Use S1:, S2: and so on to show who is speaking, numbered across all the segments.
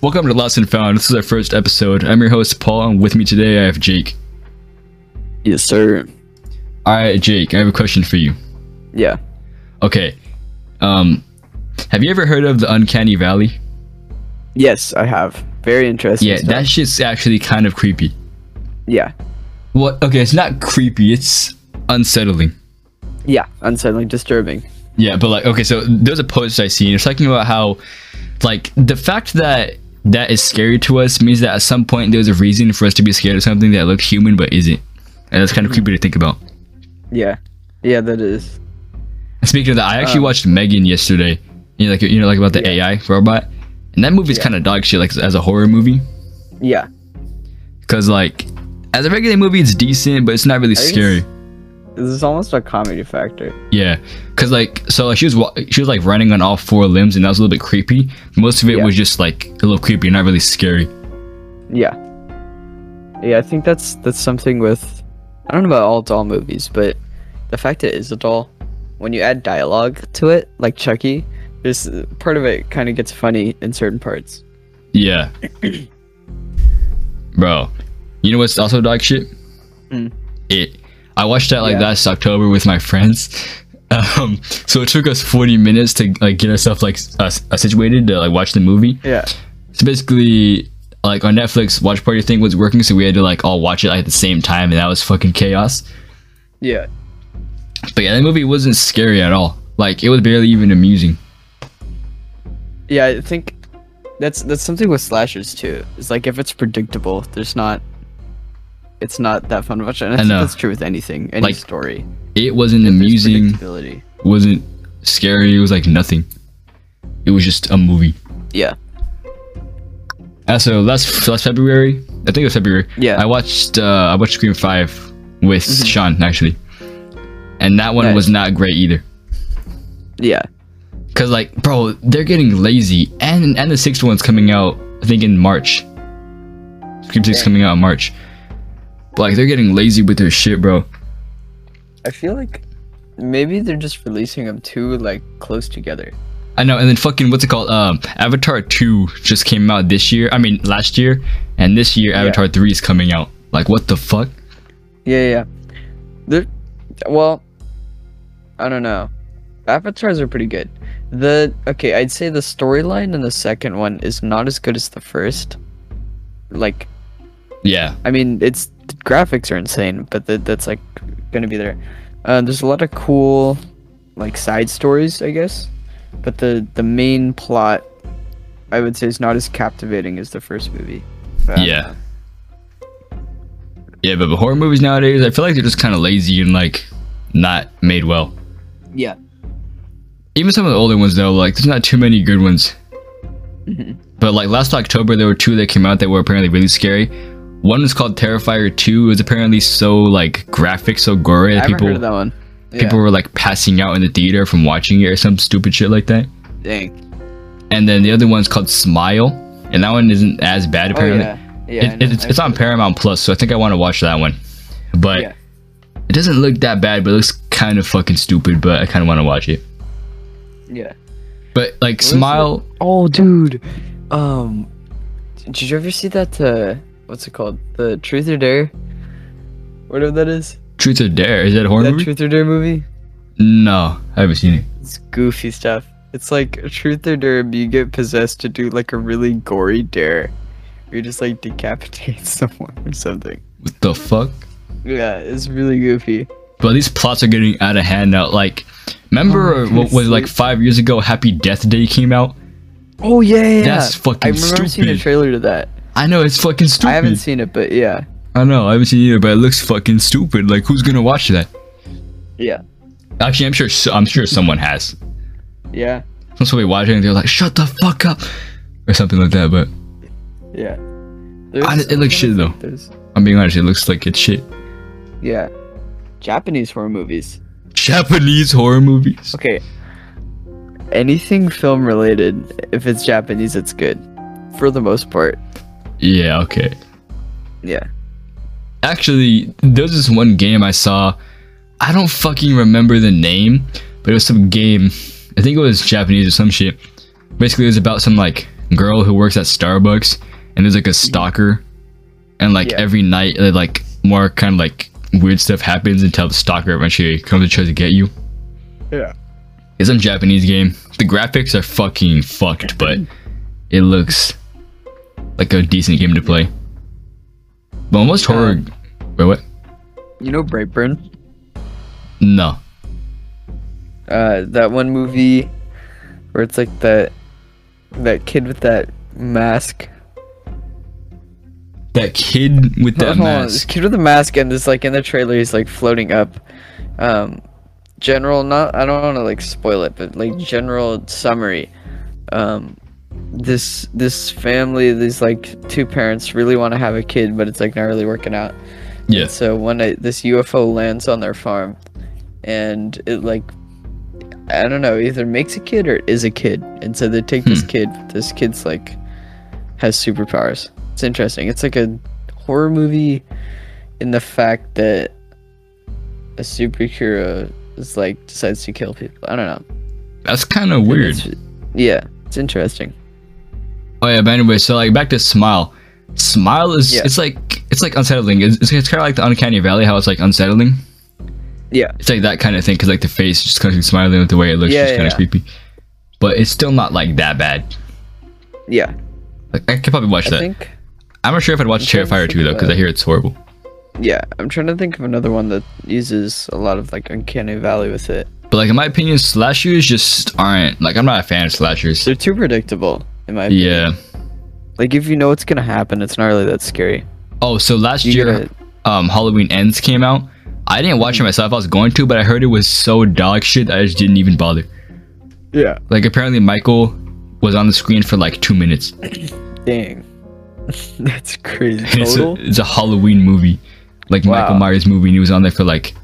S1: Welcome to Lost and Found. This is our first episode. I'm your host, Paul, and with me today I have Jake.
S2: Yes, sir.
S1: All right, Jake, I have a question for you.
S2: Yeah.
S1: Okay. Um, have you ever heard of the Uncanny Valley?
S2: Yes, I have. Very interesting.
S1: Yeah,
S2: stuff.
S1: that shit's actually kind of creepy.
S2: yeah.
S1: What? Okay, it's not creepy. It's unsettling.
S2: Yeah. Unsettling, disturbing.
S1: Yeah, but like, okay, so there's a post I seen. It's talking about how, like, the fact that that is scary to us means that at some point there's a reason for us to be scared of something that looks human but isn't, and that's kind of creepy to think about.
S2: Yeah. Yeah, that is.
S1: Speaking of that, I actually
S2: Um,
S1: watched Megan yesterday. You know, like you know, like about the
S2: Yeah.
S1: AI robot, and that movie's
S2: Yeah.
S1: kind of dog shit, like as a horror movie,
S2: Yeah.
S1: because like as a regular movie, it's decent, but it's not really
S2: I think
S1: scary.
S2: it's- This is almost a comedy factor.
S1: Yeah, because like so, like she was wa- she was like running on all four limbs, and that was a little bit creepy. Most of it
S2: Yeah.
S1: was just like a little creepy, not really scary.
S2: Yeah. Yeah, I think that's that's something with I don't know about all doll movies, but the fact it is a doll, when you add dialogue to it, like Chucky, there's part of it kind of gets funny in certain parts.
S1: Yeah, bro, you know what's also dog shit?
S2: Mm.
S1: It. I watched that like
S2: Yeah.
S1: last October with my friends. Um, so it took us 40 minutes to like get ourselves like us uh, situated to like watch the movie.
S2: Yeah.
S1: So basically, like our Netflix watch party thing was working, so we had to like all watch it like, at the same time, and that was fucking chaos.
S2: Yeah.
S1: But yeah, that movie wasn't scary at all. Like it was barely even amusing.
S2: Yeah, I think that's that's something with slashers too. It's like if it's predictable, there's not it's not that fun of a show. And I,
S1: I
S2: think
S1: know.
S2: that's true with anything, any
S1: Like,
S2: story.
S1: It wasn't
S2: There's
S1: amusing.
S2: predictability.
S1: Wasn't scary. It was like nothing. It was just a movie.
S2: Yeah.
S1: Uh, so last last February, I think it was February.
S2: Yeah.
S1: I watched uh, I watched Scream Five with
S2: Mhm.
S1: Sean actually, and that one
S2: Nice.
S1: was not great either.
S2: yeah.
S1: Cause like, bro, they're getting lazy, and and the sixth one's coming out I think in March. Scream Six
S2: Dang.
S1: coming out in March. But, like they're getting lazy with their shit, bro.
S2: I feel like maybe they're just releasing them too like close together.
S1: I know, and then fucking what's it called? Um, Avatar Two just came out this year. I mean last year, and this year
S2: Yeah.
S1: Avatar Three is coming out. Like what the fuck?
S2: Yeah, yeah. They're well, I don't know. Avatars are pretty good. The okay, I'd say the storyline in the second one is not as good as the first. Like
S1: Yeah,
S2: I mean, it's the graphics are insane, but that that's like gonna be there. Uh, there's a lot of cool, like side stories, I guess, but the the main plot, I would say, is not as captivating as the first movie. But I don't
S1: Yeah.
S2: know.
S1: yeah. But, but horror movies nowadays, I feel like they're just kind of lazy and like not made well.
S2: Yeah.
S1: Even some of the older ones though, like there's not too many good ones.
S2: Mhm.
S1: But like last October, there were two that came out that were apparently really scary. One was called Terrifier Two. It was apparently so like graphic, so gory
S2: I
S1: that
S2: haven't
S1: people
S2: heard of that one. Yeah.
S1: people were like passing out in the theater from watching it or some stupid shit like that.
S2: Dang.
S1: And then the other one's called Smile, and that one isn't as bad
S2: Oh
S1: apparently.
S2: yeah. Yeah. I
S1: It-
S2: know.
S1: it's,
S2: I've
S1: it's on
S2: heard of
S1: Paramount Plus, so I think I want to watch that one. But
S2: Yeah.
S1: it doesn't look that bad, but it looks kind of fucking stupid. But I kind of want to watch it.
S2: it. Yeah.
S1: But like
S2: is it?
S1: Smile,
S2: Oh, dude. Um, did you ever see that? Uh, what's it called? The Truth or Dare. Whatever that is.
S1: Truth or Dare, is that a horror
S2: that
S1: movie?
S2: Truth or Dare movie.
S1: no, I haven't seen it.
S2: It's goofy stuff. It's like truth or dare, but you get possessed to do like a really gory dare. where You just like decapitate someone or something.
S1: What the fuck?
S2: Yeah, it's really goofy.
S1: But these plots are getting out of hand now. Like, remember
S2: Oh, I
S1: what was like
S2: see.
S1: five years ago? Happy Death Day came out.
S2: Oh yeah, yeah.
S1: That's
S2: I
S1: fucking
S2: remember seeing the
S1: stupid.
S2: trailer to that.
S1: I know it's fucking stupid.
S2: I haven't seen it, but yeah,
S1: I know I haven't seen it either, but it looks fucking stupid. Like, who's gonna watch that?
S2: yeah,
S1: Actually, I'm sure. so- I'm sure someone has.
S2: yeah,
S1: Some somebody watching, and they're like, "Shut the fuck up," or something like that. But
S2: yeah.
S1: I- it looks shit, though.
S2: There's,
S1: I'm being honest, it looks like it's shit.
S2: yeah, Japanese horror movies.
S1: Japanese horror movies.
S2: Okay. Anything film related, if it's Japanese, it's good, for the most part.
S1: Yeah, okay.
S2: Yeah.
S1: Actually, there's this one game I saw. I don't fucking remember the name, but it was some game. I think it was Japanese or some shit. Basically, it was about some like girl who works at Starbucks, and there's like a stalker, and like
S2: Mm-hmm. Yeah.
S1: every night, uh, like more kind of like weird stuff happens until the stalker eventually comes and tries to get you.
S2: Yeah.
S1: It's some Japanese game. The graphics are fucking fucked, but it looks like a decent game to play. But most horror.
S2: Um,
S1: Wait, what?
S2: You know Brightburn?
S1: No.
S2: uh, that one movie where it's like that that kid with that mask.
S1: That kid with that
S2: Hold on, Oh, This
S1: mask.
S2: kid with the mask and this like in the trailer he's like floating up. Um, general, not I don't want to like spoil it, but like general summary. Um, this this family, these like two parents really want to have a kid, but it's like not really working out.
S1: Yeah.
S2: So one night, this UFO lands on their farm, and it like, I don't know, either makes a kid or it is a kid. And so they take
S1: Hmm.
S2: this kid. This kid's like, has superpowers. It's interesting. It's like a horror movie, in the fact that a superhero is like decides to kill people. I don't know.
S1: That's kind of weird.
S2: It's- yeah, it's interesting.
S1: Oh yeah, but anyway, so like back to Smile. Smile is
S2: Yeah.
S1: it's like it's like unsettling. It's, it's, kind of like the Uncanny Valley, how it's like unsettling.
S2: Yeah.
S1: It's like that kind of thing because like the face just kind of smiling with the way it looks,
S2: Yeah,
S1: just kind of
S2: yeah.
S1: creepy. But it's still not like that bad.
S2: Yeah,
S1: Like I could probably watch
S2: I
S1: that.
S2: think.
S1: I'm not sure if I'd watch
S2: trying to
S1: Terrifier
S2: think
S1: 2 though, because
S2: about-
S1: I hear it's horrible.
S2: Yeah, I'm trying to think of another one that uses a lot of like uncanny valley with it.
S1: But like in my opinion, slashers just aren't like I'm not a fan of slashers.
S2: They're too predictable, in my opinion.
S1: Yeah.
S2: Like if you know what's gonna happen, it's not really that scary.
S1: Oh, so last
S2: You
S1: year,
S2: gotta-
S1: um, Halloween Ends came out. I didn't
S2: Mm.
S1: watch it myself. I was going to, but I heard it was so dog shit. I just didn't even bother.
S2: Yeah.
S1: Like apparently Michael was on the screen for like two minutes.
S2: Dang. That's crazy.
S1: It's a,
S2: Total.
S1: it's a Halloween movie, like
S2: Wow.
S1: Michael Myers movie, and he was on there for like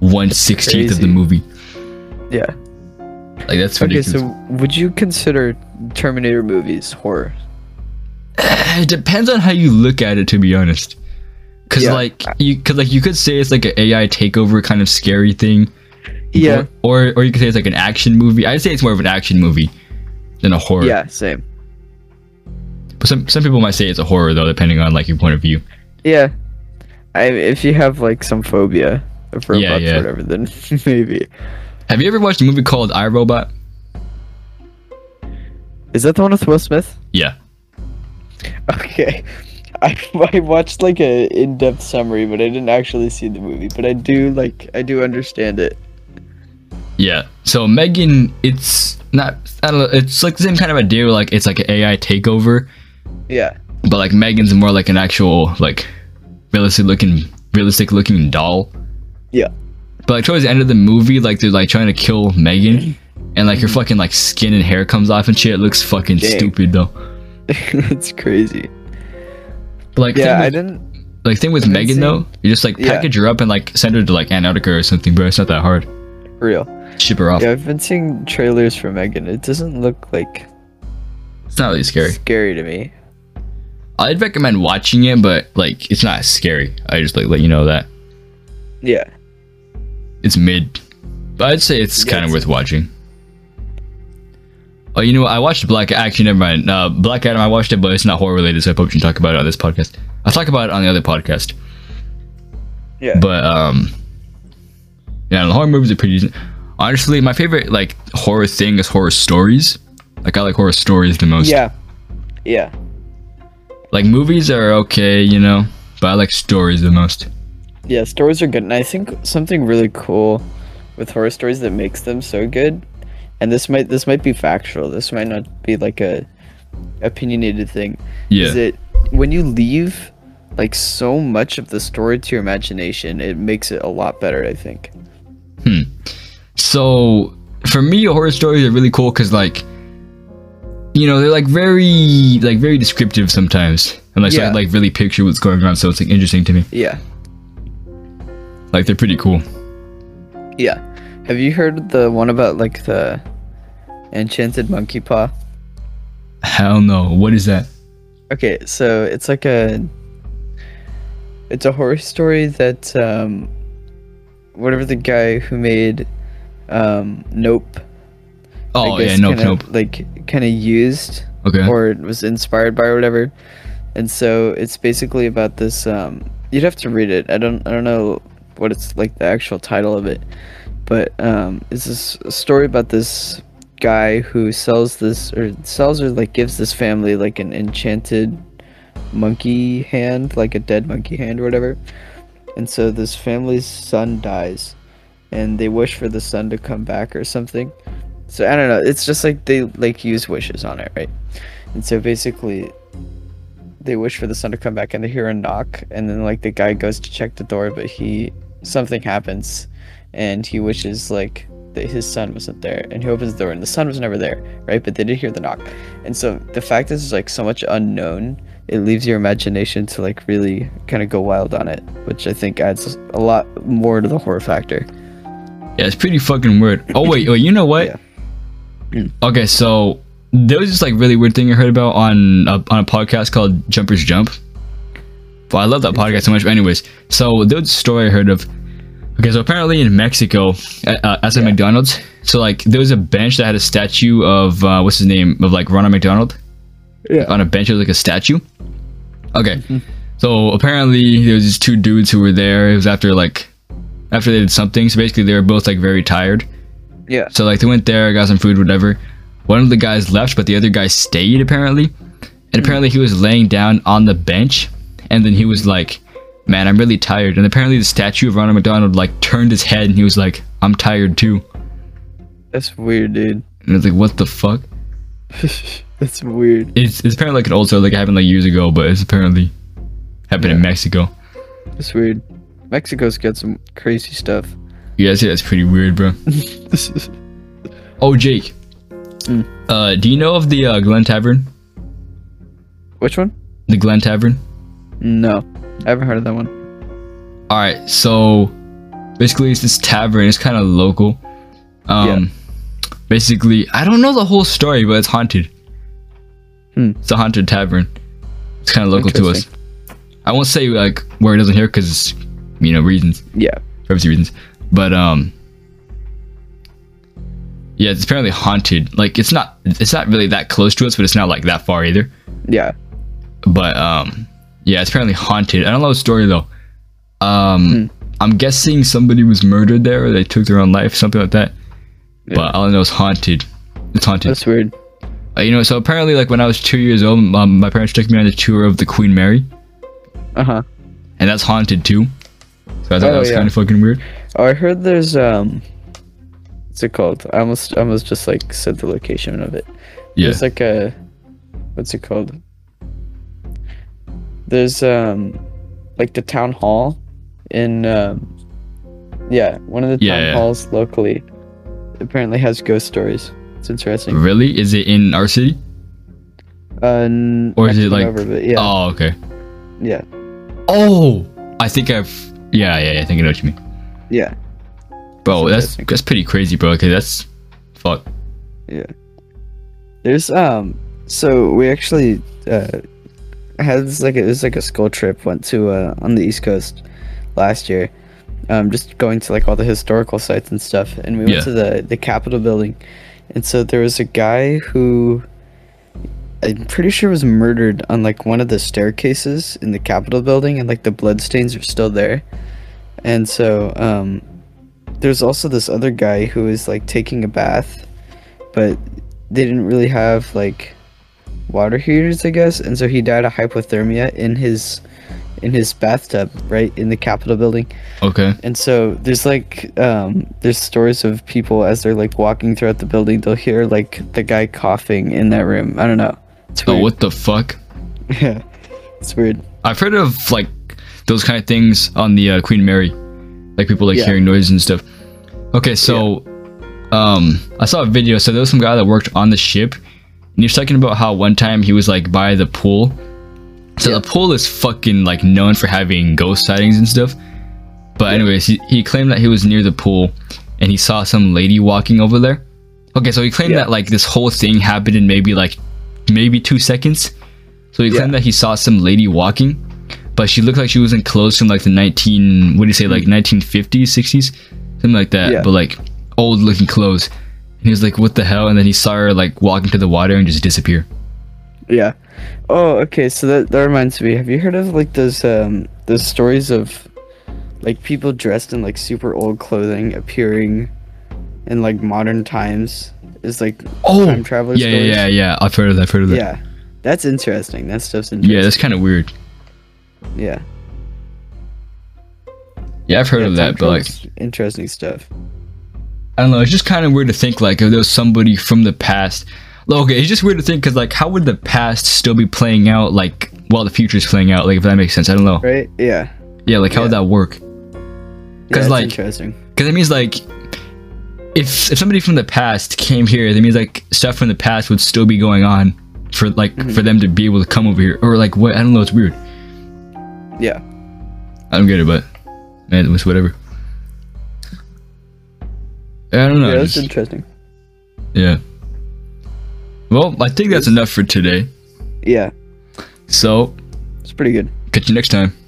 S1: one sixteenth of the
S2: crazy.
S1: movie.
S2: yeah.
S1: Like that's
S2: Okay,
S1: ridiculous.
S2: so would you consider Terminator movies horror?
S1: it depends on how you look at it, to be honest. Cause
S2: Yeah.
S1: like you, cause like you could say it's like an AI takeover kind of scary thing.
S2: Yeah.
S1: Or, or or you could say it's like an action movie. I'd say it's more of an action movie than a horror.
S2: Yeah, same.
S1: But some some people might say it's a horror though, depending on like your point of view.
S2: Yeah. I if you have like some phobia of robots
S1: yeah.
S2: or whatever, then maybe.
S1: Have you ever watched a movie called iRobot?
S2: Is that the one with Will Smith?
S1: Yeah.
S2: Okay. I, I watched like a in-depth summary, but I didn't actually see the movie. But I do like I do understand it.
S1: Yeah. So Megan, it's not. I don't know. It's like the same kind of idea. where, Like it's like an AI takeover,
S2: Yeah.
S1: but like Megan's more like an actual like realistic looking, realistic looking doll.
S2: Yeah.
S1: But like towards the end of the movie, like they're like trying to kill Megan, and like her
S2: Mm-hmm.
S1: fucking like skin and hair comes off and shit. It looks fucking
S2: Dang.
S1: stupid though.
S2: it's crazy.
S1: But, like
S2: Yeah,
S1: thing
S2: I
S1: with,
S2: didn't.
S1: like thing with
S2: didn't
S1: Megan
S2: see-
S1: though, you just like
S2: Yeah.
S1: package her up and like send her to like Antarctica or something, bro. It's not that hard.
S2: For real.
S1: Ship her off.
S2: Yeah, I've been seeing trailers for Megan. It doesn't look like
S1: It's not really scary.
S2: scary to me.
S1: I'd recommend watching it, but like it's not scary. I just like let you know that.
S2: Yeah.
S1: it's mid. But I'd say it's
S2: Yeah,
S1: kind of
S2: it's-
S1: worth watching. Oh, you know what? I watched Black. Actually, never mind. Uh, Black Adam. I watched it, but it's not horror related, so I probably shouldn't talk about it on this podcast. I'll talk about it on the other podcast.
S2: Yeah.
S1: But um, yeah, the horror movies are pretty decent. Honestly, my favorite like horror thing is horror stories. Like I like horror stories the most.
S2: Yeah. Yeah.
S1: Like movies are okay, you know, but I like stories the most.
S2: Yeah, stories are good. And I think something really cool with horror stories that makes them so good. And this might this might be factual. This might not be like a opinionated thing.
S1: Yeah.
S2: Is that when you leave like so much of the story to your imagination, it makes it a lot better, I think.
S1: So for me, horror stories are really cool because like, you know, they're like very like very descriptive sometimes, and like so I
S2: Yeah.
S1: can, like really picture what's going on. So it's like interesting to me.
S2: Yeah.
S1: Like they're pretty cool.
S2: Yeah. Have you heard the one about like the enchanted monkey paw?
S1: Hell no, what is that?
S2: Okay, so it's like a it's a horror story that um whatever the guy who made um Nope I
S1: Oh yeah,
S2: guess
S1: nope,
S2: kinda,
S1: Oh, nope.
S2: like kind of used
S1: Okay.
S2: or it was inspired by or whatever. And so it's basically about this um you'd have to read it. I don't I don't know what it's like the actual title of it. But um it's this a story about this guy who sells this or sells or like gives this family like an enchanted monkey hand, like a dead monkey hand or whatever. And so this family's son dies and they wish for the son to come back or something. So I don't know, it's just like they like use wishes on it, right? And so basically, they wish for the son to come back and they hear a knock. And then, like, the guy goes to check the door, but he something happens and he wishes, like, that his son wasn't there. And he opens the door and the son was never there, right? But they did hear the knock. And so the fact is, there's, like, so much unknown, it leaves your imagination to, like, really kind of go wild on it, which I think adds a lot more to the horror factor.
S1: Yeah, it's pretty fucking weird. Oh wait, wait, you know what?
S2: Mm.
S1: Okay, so there was this like really weird thing I heard about on a, on a podcast called Jumpers Jump. Well, I love that podcast so much. But anyways, so there was a story I heard of. Okay, so apparently in Mexico, at, uh, outside
S2: Yeah.
S1: McDonald's, so like there was a bench that had a statue of uh, what's his name of like Ronald McDonald.
S2: Yeah. Mm-hmm.
S1: On a bench, it was like a statue. Okay. So apparently there was these two dudes who were there. It was after like after they did something. So basically they were both like very tired.
S2: Yeah.
S1: So like they went there, got some food, whatever. One of the guys left, but the other guy stayed apparently. And apparently he was laying down on the bench, and then he was like, "Man, I'm really tired." And apparently the statue of Ronald McDonald like turned his head, and he was like, "I'm tired too."
S2: That's weird, dude.
S1: And it's like, "What the fuck?"
S2: That's weird.
S1: It's it's apparently like an old story, like it happened like years ago, but it's apparently happened in Mexico.
S2: That's weird. Mexico's got some crazy stuff.
S1: Yeah, that's, that's pretty weird, bro. Oh, Jake.
S2: Mm.
S1: Uh, do you know of the uh, Glen Tavern?
S2: Which one?
S1: The Glen Tavern.
S2: No, I haven't heard of that one.
S1: All right, so basically, it's this tavern. It's kind of local. Um, basically, I don't know the whole story, but it's haunted.
S2: Hmm.
S1: It's a haunted tavern. It's kind of local to us. I won't say like where it doesn't hear because it's you know reasons,
S2: Yeah.
S1: privacy reasons. But um, yeah, it's apparently haunted. Like it's not, it's not really that close to us, but it's not like that far either.
S2: Yeah.
S1: but um yeah it's apparently haunted i don't know the story though um
S2: Hmm.
S1: i'm guessing somebody was murdered there or they took their own life something like that
S2: Yeah.
S1: but all i know is haunted it's haunted
S2: That's weird.
S1: Uh, you know so apparently like when i was two years old um, my parents took me on a tour of the queen mary
S2: Uh huh.
S1: and that's haunted too so i thought
S2: Oh,
S1: that was
S2: yeah.
S1: kind of fucking weird
S2: Oh, I heard there's um, what's it called? I almost I almost just like said the location of it.
S1: yeah
S2: There's like a, what's it called? There's um, like the town hall, in um, yeah, one of the
S1: Yeah,
S2: town
S1: yeah.
S2: halls locally, apparently has ghost stories. It's interesting.
S1: really is it in our city
S2: Uh, n-
S1: Or
S2: I
S1: is it,
S2: can't
S1: like-
S2: remember, but yeah,
S1: oh okay
S2: yeah,
S1: oh i think i've yeah yeah, yeah i think i know what you mean
S2: yeah,
S1: bro that's
S2: That's interesting.
S1: that's pretty crazy bro okay that's fuck
S2: yeah. There's um, so we actually uh had this like a, it was like a school trip went to uh on the East Coast last year, um, just going to like all the historical sites and stuff, and we went
S1: Yeah.
S2: to the the Capitol building, and so there was a guy who. I'm pretty sure was murdered on like one of the staircases in the Capitol building, and like the bloodstains are still there. And so, um, there's also this other guy who is like taking a bath, but they didn't really have like water heaters, I guess, and so he died of hypothermia in his in his bathtub, right in the Capitol building.
S1: okay Oh,
S2: And so there's like um, there's stories of people as they're like walking throughout the building, they'll hear like the guy coughing in that room. I don't know. It's
S1: oh
S2: weird.
S1: what the fuck
S2: Yeah, it's weird.
S1: I've heard of like those kind of things on the uh, Queen Mary, like people like
S2: Yeah.
S1: hearing noises and stuff. Okay, so um, I saw a video. So there was some guy that worked on the ship, and he was talking about how one time he was like by the pool. So the pool is fucking like known for having ghost sightings and stuff. But anyways, he, he claimed that he was near the pool, and he saw some lady walking over there. Okay, so he claimed
S2: Yeah.
S1: that like this whole thing happened in maybe like maybe two seconds. So he claimed that he saw some lady walking, but she looked like she was in clothes from like the 19 what do you say like 1950s 60s something like that
S2: Yeah.
S1: but like old looking clothes and he was like what the hell and then he saw her like walk into the water and just disappear
S2: Yeah. Oh, okay. So that that reminds me. Have you heard of like those um those stories of like people dressed in like super old clothing appearing in like modern times? Is like
S1: Oh,
S2: time traveler
S1: yeah, yeah,
S2: stories.
S1: yeah, yeah. I've heard of that. I've heard of that. Yeah,
S2: Yeah. That's interesting. That stuff's
S1: yeah
S2: interesting.
S1: that's kind of weird.
S2: Yeah.
S1: Yeah, I've heard
S2: yeah,
S1: of
S2: time
S1: that, but like,
S2: travel's interesting stuff.
S1: I don't know. It's just kind of weird to think like if there was somebody from the past. Like, okay, it's just weird to think because like how would the past still be playing out like while the future's playing out? Like if that makes sense. I don't know.
S2: Right? Yeah.
S1: Yeah, like how would
S2: Yeah.
S1: that work?
S2: yeah,
S1: 'Cause,
S2: it's
S1: like-
S2: interesting.
S1: Because that means like if if somebody from the past came here, that means like stuff from the past would still be going on for like
S2: Mm-hmm.
S1: for them to be able to come over here or like what? I don't know. It's weird.
S2: Yeah.
S1: I don't get it, but man, it was whatever. I don't know.
S2: yeah, that's
S1: just-
S2: interesting.
S1: Yeah. Well, I think that's enough for today.
S2: Yeah.
S1: So,
S2: It's pretty good.
S1: catch you next time.